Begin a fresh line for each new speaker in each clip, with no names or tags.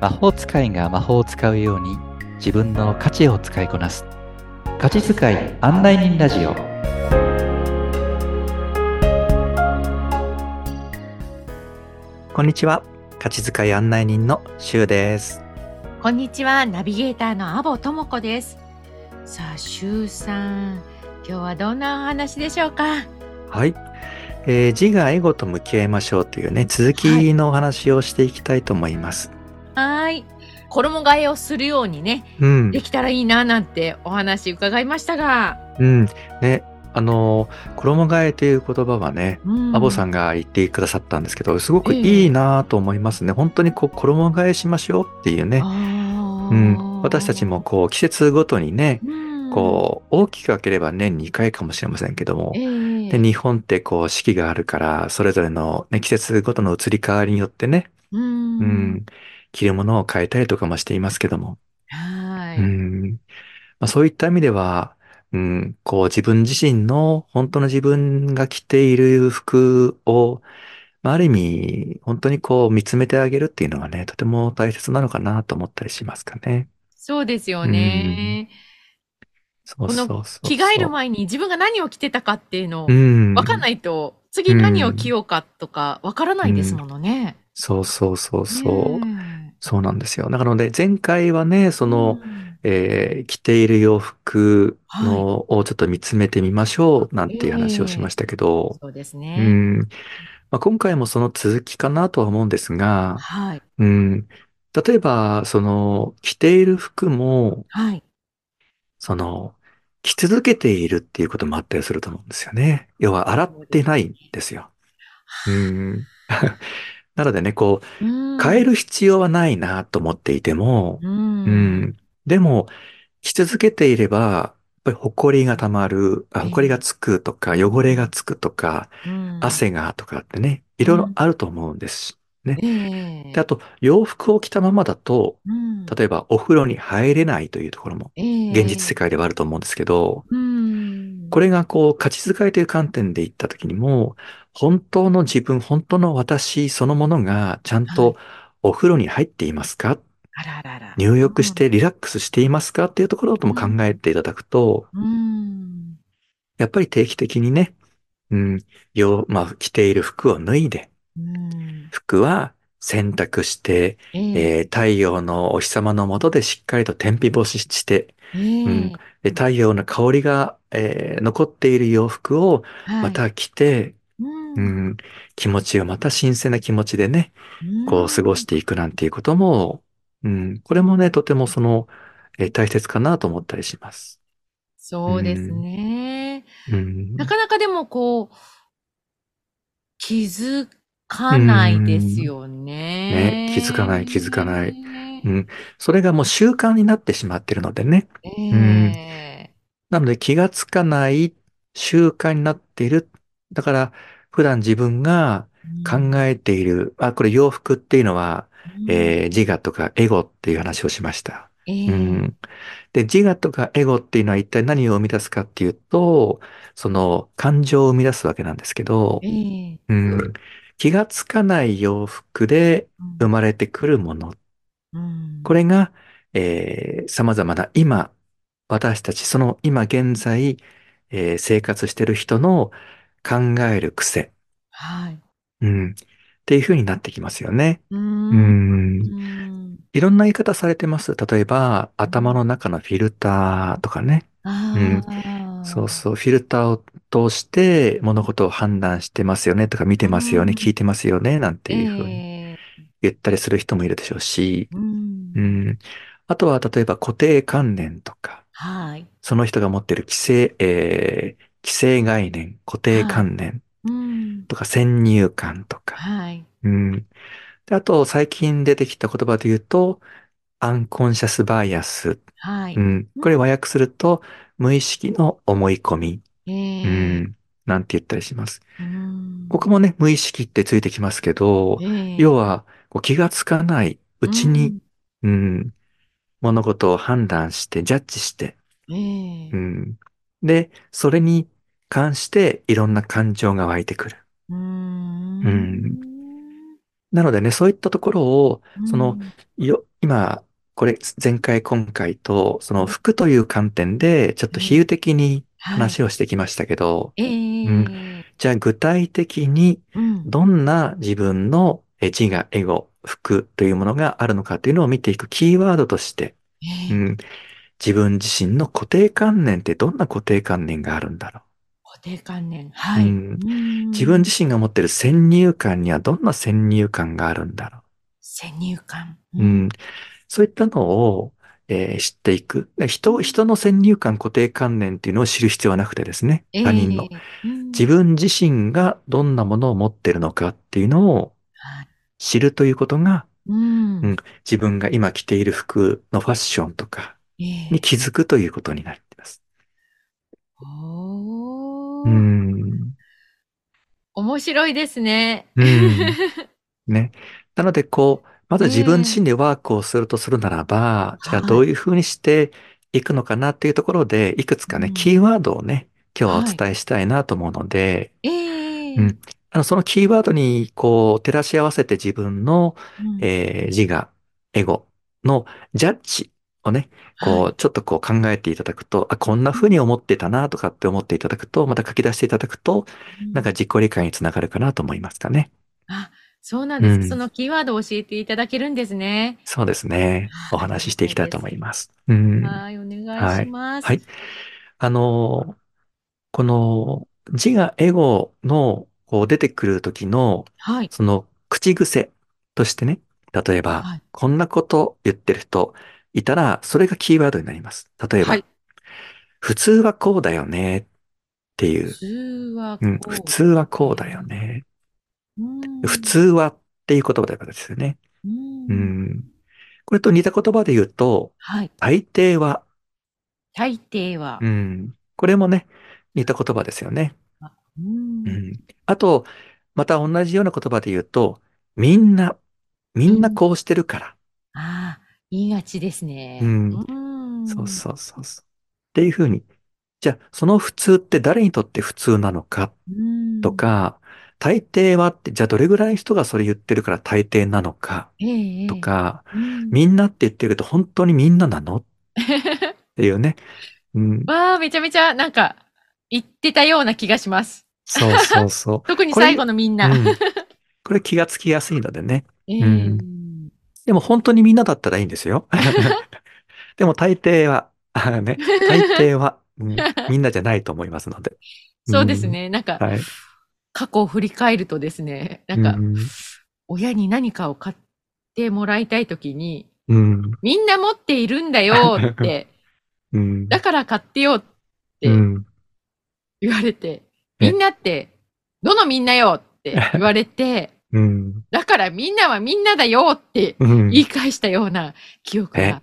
魔法使いが魔法を使うように自分の価値を使いこなす価値使い案内人ラジオこんにちは価値使い案内人のシュウです
こんにちは、ナビゲーターのアボともこです。さあ、しゅうさん、今日はどんなお話でしょうか。
はい、えー自我エゴと向き合いましょうというね続きのお話をしていきたいと思います、
はーい、衣替えをするようにね、
うん
できたらいいななんてお話伺いましたが。
うんねあのー衣替えという言葉はね
うん
アボさんが言ってくださったんですけど、すごくいいなと思いますね。本当にこう衣替えしましょうっていうね。
あー
うん、私たちもこう季節ごとにね、
うん
こう大きく分ければ年2回かもしれませんけども
え、え
で日本ってこう四季があるから、それぞれの、ね、季節ごとの移り変わりによってね、
う
うんん、着るものを変えたりとかもしていますけども、
は
う
ーい、
んまあ、そういった意味では、うん、こう自分自身の本当の自分が着ている服を、まあ、ある意味本当にこう見つめてあげるっていうのがね、とても大切なのかなと思ったりしますかね。
そうですよね。
そう
こ
そ
の
うそうそう。
着替える前に自分が何を着てたかっていうのを
う。ん。
わかんないと、次何を着ようかとか、わからないですものね。
そうそうそうそう。
ねえ
そうなんですよ。だからので前回はね、その、
うん
えー着ている洋服のをちょっと見つめてみましょうなんていう話をしましたけど、
そうです
う
ね。
ん。まあ、今回もその続きかなとは思うんですが、
はい。
うん。例えば、その、着ている服も、
はい。
その、着続けているっていうこともあったりすると思うんですよね。要は、洗ってないんですよ。うん。 なのでね、こう、変え
る。
る必要はないなと思っていても、
う。
うんん。でも、着続けていれば、やっぱり埃が溜まる、あ、
ええ
埃がつくとか、汚れがつくとか、
うん。
汗がとかってね、いろいろあると思うんですし。
ええ。
で、あと、洋服を着たままだと、
うん、
例えばお風呂に入れないというところも、
ええ
現実世界ではあると思うんですけど、
うん。
これがこう、価値遣いという観点で言ったときにも、本当の自分、本当の私そのものが、ちゃんとお風呂に入っていますか
あらあらあら。
入浴してリラックスしていますかっていうところとも考えていただくと、
うん。
やっぱり定期的にね、うん、よう、まあ、着ている服を脱いで、
うん。
服は洗濯して、
え
えー太陽のお日様の下でしっかりと天日干しして、
え
うんで太陽の香りが、えー残っている洋服をま、
はい
た着て、
う。
うんん、気持ちをまた新鮮な気持ちでね、こう過ごしていくなんていうことも、うん、これもね、とてもその、えー大切かなと思ったりします。
そうですね。
うん、
なかなかでもこう、気づかないですよね。
ね気づかない気づかない
ね
うん、それがもう習慣になってしまってるのでね。
ええ
なので気がつかない習慣になっている。だから普段自分が考えている、あ、これ洋服っていうのは、
うん
えー自我とかエゴっていう話をしました。
え
う
え
ん。で、自我とかエゴっていうのは一体何を生み出すかっていうと、その感情を生み出すわけなんですけど
え、え
うん。気がつかない洋服で生まれてくるもの。
うん
これが、えー様々な今、私たち、その今現在、えー生活してる人の考える癖、
はい。
うん、っていう風になってきますよね。
う。
うんん。
うん
いろんな言い方されてます。例えば、頭の中のフィルターとかね。
ああ。
そうそう、フィルターを通して物事を判断してますよねとか、見てますよね、
うん
聞いてますよね、なんて
え
いう風に
え
言ったりする人もいるでしょうし。
うん
うん。あとは、例えば固定観念とか。
はい。
その人が持っている規制、えー規制概念、固定観念
うん
とか先入観とか。
はい。
うん。で、あと、最近出てきた言葉で言うと、アンコンシャスバイアス。。
はいう
ん。これ和訳すると、無意識の思い込み。
え
う
え
ん。なんて言ったりします。
うん
ここもね、無意識ってついてきますけど、
ええ
要は、こう気がつかないうちに、うん、物事を判断して、ジャッジして、
うんええ
うん。で、それに関していろんな感情が湧いてくる。
うーん
うんなのでね、そういったところを、その、よ、今、これ、前回、今回と、その
うん
服という観点で、ちょっと
は
比
い。
喩的に
はい。
話をしてきましたけど、
え
うん。
え
じゃあ、具体的に、
うん。
どんな自分のえ自我、エゴ、服というものがあるのかというのを見ていくキーワードとして、う
ええ
ん。自分自身の固定観念ってどんな固定観念があるんだろ
固定観念。
う。う
はい。
ん。
うー
自分
ん。
自身が持ってる先入観にはどんな先入観があるんだろ
先入観。う。
う。うんん。そういったのを、えー知っていく。で人、人の先入観、固定観念っていうのを知る必要はなくてですね。
え
他人の。
えう
自
ん。
分自身がどんなものを持ってるのかっていうのを
はい。
知るということが、
う
うん、
ん。
自分が今着ている服のファッションとか
え
に
え
気づくということになっています。う
おー。
ん。
面白いですね。
うん。ね。なので、こう、まず
え
自分
え
自身でワークをするとするならば、じゃあ
は
どう
い。
いうふうにしていくのかなっていうところで、いくつ
う
かね、
ん。
キーワードをね、今日はお
はい。
伝えしたいなと思うので、
え
う
え
ん。あの、そのキーワードに、こう、照らし合わせて自分の、
うん。
えー自我、エゴのジャッジをね、
は
こう、
い。
ちょっとこう考えていただくと、あ、こんな
う
風
ん。
に思ってたなとかって思っていただくと、また書き出していただくと、
う
なん
ん
か自己理解につながるかなと思いますかね。
あ、そうなん
う
ですか。そ
ん。
のキーワードを教えていただけるんですね。
そうですね。お
ああり
話し
が
してい
た
き
い
たい
で
と
す。
思います。うん。
はい、お願い
は
し
い。
ま
は
す。
い。あの、この自我、エゴのこう出てくる時の、
はい。
その口癖としてね、例えば、
はい。
こんなこと言ってる人いたら、それがキーワードになります。例え
は
ば、
い。
普通はこうだよねってい
普
う、
通は
うん、普
こう
通は
だ
こう
よ
だよ
ね。
ね。
うー
普
ん。
通はっていう言葉だからですよね。
うー。
うんん。これと似た言葉で言うと、
はい。
大抵は、
大抵
う
は。
ん。これもね、似た言葉ですよね。
あうー。
うんん。あと、また同じような言葉で言うと、みんな、み
うん。
なんこうしてるから。
ああ、言いがちです
う。
ね。うんー。
そうんそうそうそう。っていうふうに。じゃあ、その普通って誰にとって普通なのか
うー
と
ん。
か、大抵はって、じゃあどれぐらいの人がそれ言ってるから大抵なのか
ええ、え
と
え。
か、
うん。
みんなって言ってるけど本当にみんななのっていうね。うん。
わあ、めちゃめちゃなんか言ってたような気がします。
そうそうそう。
特に
これ
最
ね、
後のみん
う
な。
ん。これ気がつきやすいのでね。
え
う
え。
ん。でも本当にみんなだったらいいんですよ。 でも大抵は、あね、大抵は、うん、みんなじゃないと思いますので。う
そうです
ん。
ね。なんか、
はい。
過去を振り返るとですね、な
うん
か、
ん。
親に何かを買ってもらいたいときに、
うん。
みんな持っているんだよって、
う
だ
ん。
から買ってよっ
う
て
ん。
言われて、みん
ね。
なって、どのみんなよ って言われて、
うん。
だからみんなはみんなだよって
う
言い
ん。
返したような記憶
ね。
が、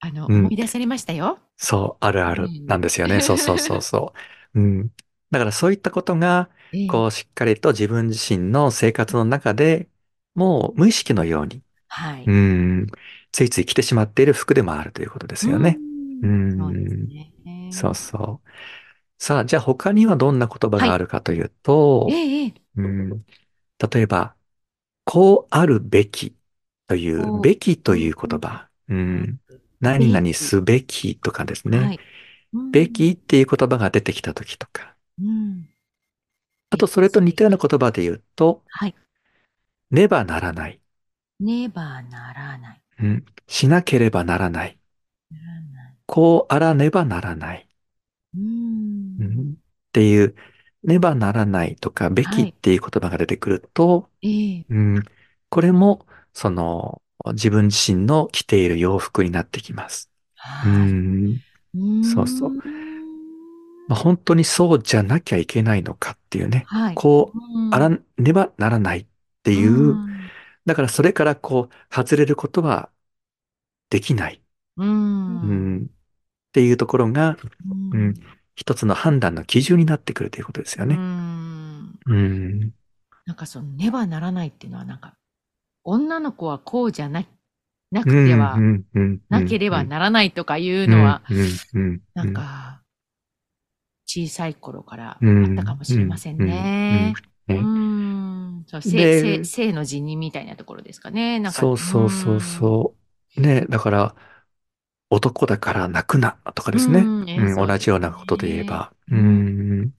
あ
う
の、思
ん。
い出されましたよ。
そう、あるあ
う
る、
ん。
なんですよね。そうそうそうそう。うん。だからそういったことが、
ええ
こう、しっかりと自分自身の生活の中で、もう無意識のように、
は
う
い。
ん、ついつい着てしまっている服でもあるということで
う。
すよね。うん
そうです
ん。
ね。
そうそう。さあ、じゃあ他にはどんな言葉
は
があ
い。
るかという
え
と、
えええ
うん、例えば、こうあるべきという、
こ
べき
う、
と
う
い
ん
う言葉。う
あ
ん、何
べ
々
き。
すべきとかです
は
ね。
い。う
べ
ん。
きっていう言葉が出てきた時とか。
うん。
あ
べ
と、
き、
それと
す
似
べ
たような
き。
言葉で言うと、
はい。
ねばならない。
ねばならない。
うん、しなければならない。
ならない。
こうあらねばならない。
う。
うんん、っていう、ねばならないとか、べき
は
っ
い。
ていう言葉が出てくると、
ええ。
うん、これも、その、自分自身の着ている洋服になってきます。う
はい。
ん、
う
そうそう。
ーん。
まあ、本当にそうじゃなきゃいけないのかっていうね。
はい。
こう、
う
あ
ん。
らねばならないって
う
いう、
ん。
だからそれからこう、外れることはできない。
う。
うんん、っていうところが、
う
うん、
ん。
一つの判断の基準になってくるということですよ
う
ね。
ん。
うん、
なんかその、ねばならないっていうのは、なんか、女の子はこうじゃな、な
う
くて
ん、
は、
うん、うん、う
なけ
ん、
れ
う
ば
ん、
ならないとかいう
う
の
ん、
は、
うん、うん、
な
うんん。
か、小さい頃から
う
あったか
ん、
も
う
しれま
ん、
せん
うん、うん。
ね。うー
ね。
ん、そう、性、性、
で、
性の辞任みたいなところですかね。なんか、う
そうそ
ー、
うそうんそう。ね、だから、男だから泣くなとか
う
ですね。
ん、え、
うん、
そう
同
で
じよう
す
なことで言え
ね。
ば。
う、
うんん。
う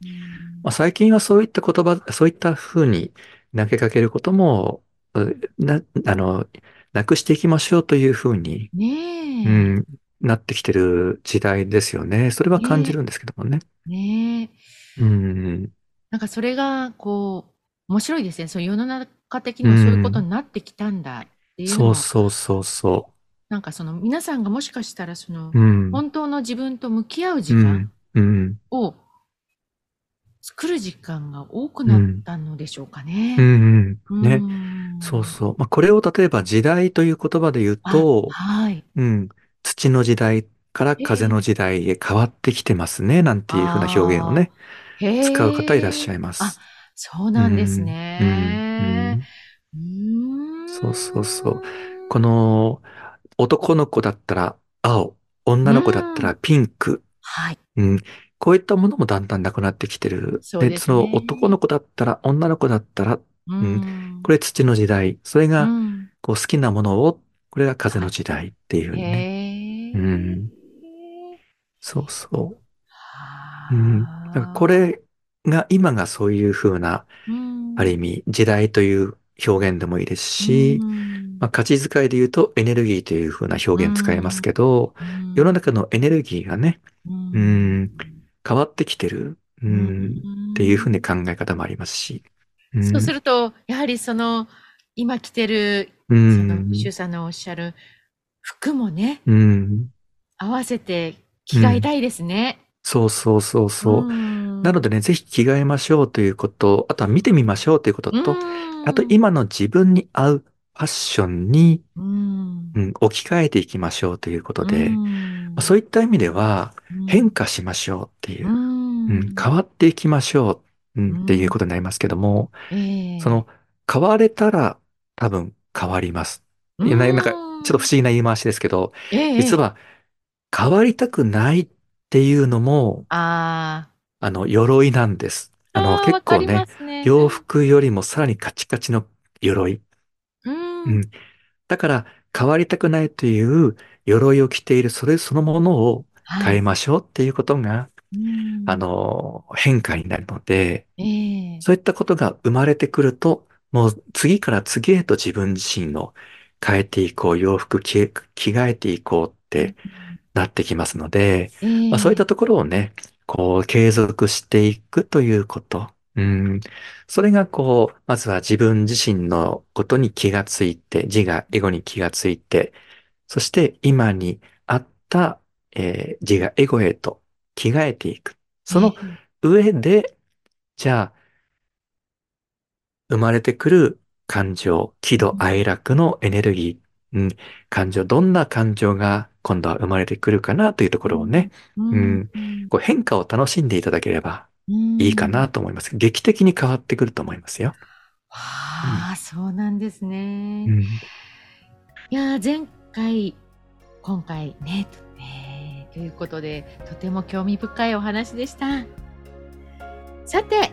まあ、
ん、
最近はそういった言葉、そういったふうに投げかけることも、うな、あの、なくしていきましょうというふうに、う
ねえ、
ん、なってきてる時代ですよね。それは感
ね
じるんですけどもね。
え、ねえ。
うん、
なんかそれが、こう、面白いですね。そう、世の中的に
う
もそういうこと
ん。
になってきたんだっていうの
そう
も、
そうそうそ
なんかその皆さんがもしかしたらそ
う。
の
うん、
本当の自分と向き合う時
う
間
ん、うん、
を作る時間が多く
う
なっ
ん、
たのでしょうか
う
ね。
ん、うん
うー。
ね。そうんそう。まあ、これを例えば時代という言葉で言う
あ、
と、
はい。
うん、土の時代から
え
風の
え。
時代へ変わってきてますね、なんていうふうな表現を
ああ。
ね、使う方いらっ
へ
し
え。
ゃいま
あ、
す。
そう
う
なんです
ん、うん、う
ね。
ん。
うー
そうそうそう。
ん。
この、男の子だったら青、
う
女の子だった
ー
ら
ん。
ピンク、
はい。
うん、こういったものもだんだんなくなってきてる。
そう
で、
で
そ
す
の男の
ね。
子だったら、女の子だったら、
う
うん、こ
ん。
れ土の時代。それ
う
が、
ん。
こう好きなものを、これが風の
あ、
時代っていうふう
へ
にね。う
え。
ん、そうそう。うん、だからこ
はあ。
れが、今がそういうふうな、
う
ある意
ん。
味、時代という表現でもいいです
う
し、まあ、
ん。
価値遣いで言うとエネルギーというふうな
う
表現使います
ん。
けど、
う
世の
ん。
中のエネルギーがね、
う
うん、
ん。
変わってきてる、う、
うん
っていうふうに
ん
考え方もありますし、う
そうす
ん、
ると、やはりその、今着てる、
う
その、シュ
ん、
ウさんのおっしゃる服もね、
うん、
合わせて
う
着替え
ん、
たいですね。
そうそうそう
う
そう。なので
ん。
ね、ぜひ着替えましょうということ、あとは見てみましょうということ
う
と、あと
ん。
今の自分に合うファッションに、
うん。
うん、置き換えていきましょうということ
う
で、まあそ
ん。
ういった意味では
う
変
ん。
化しましょうっていうう、うん、変
ん。
わっていきましょう、うん、
う。
っていうんことになりますけども、そ
ええ。
の変われたら多分変わります。
う
いやな、なんかちょっと
ん。
不思議な言い回しですけど、
え
実
え。
は変わりたくないっていうのも、
ああ。
あの、鎧なんです。あの、
ああ、
結
わか
構
りま
ね、
すね。
洋服よりもさらにカチカチの鎧。
うん。う。
うんん。だから、変わりたくないという鎧を着ているそれそのものを
は
変え
い。
ましょうっていうことが、
う
あ
ん。
の、変化になるので、
ええ。
そういったことが生まれてくると、もう次から次へと自分自身の変えていこう、洋服着、着替えていこうっ
う
て
ん
なってきますので、まあ、そういっ
ええ。
たところをね、こう継続していくということ。うん。それがこう、まずは自分自身のことに気がついて、自我、エゴに気がついて、そして今に合った、えー自我、エゴへと着替えていく。そ
え
の
え。
上で、じゃあ、生まれてくる感情、喜
う
怒
ん
哀楽のエネルギー、うん、感情、どんな感情が今度は生まれてくるかなというところをね、
う
うんん、
うん
こう変化を楽しんでいただければ
う
いいかなんと思います。劇的に変わってくると思いますよ。うん、
はあ、そうなんです
う
ね。
ん、
いやー、前回、今回ね、とえーということで、とても興味深いお話でした。さて、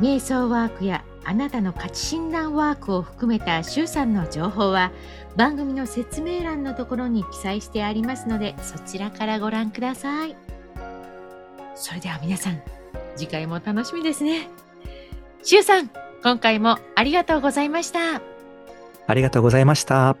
瞑想ワークやあなたの価値診断ワークを含めた周さんの情報は、番組の説明欄のところに記載してありますので、そちらからご覧ください。それでは皆さん、次回も楽しみですね。しゅうさん、今回もありがとうございました。
ありがとうございました。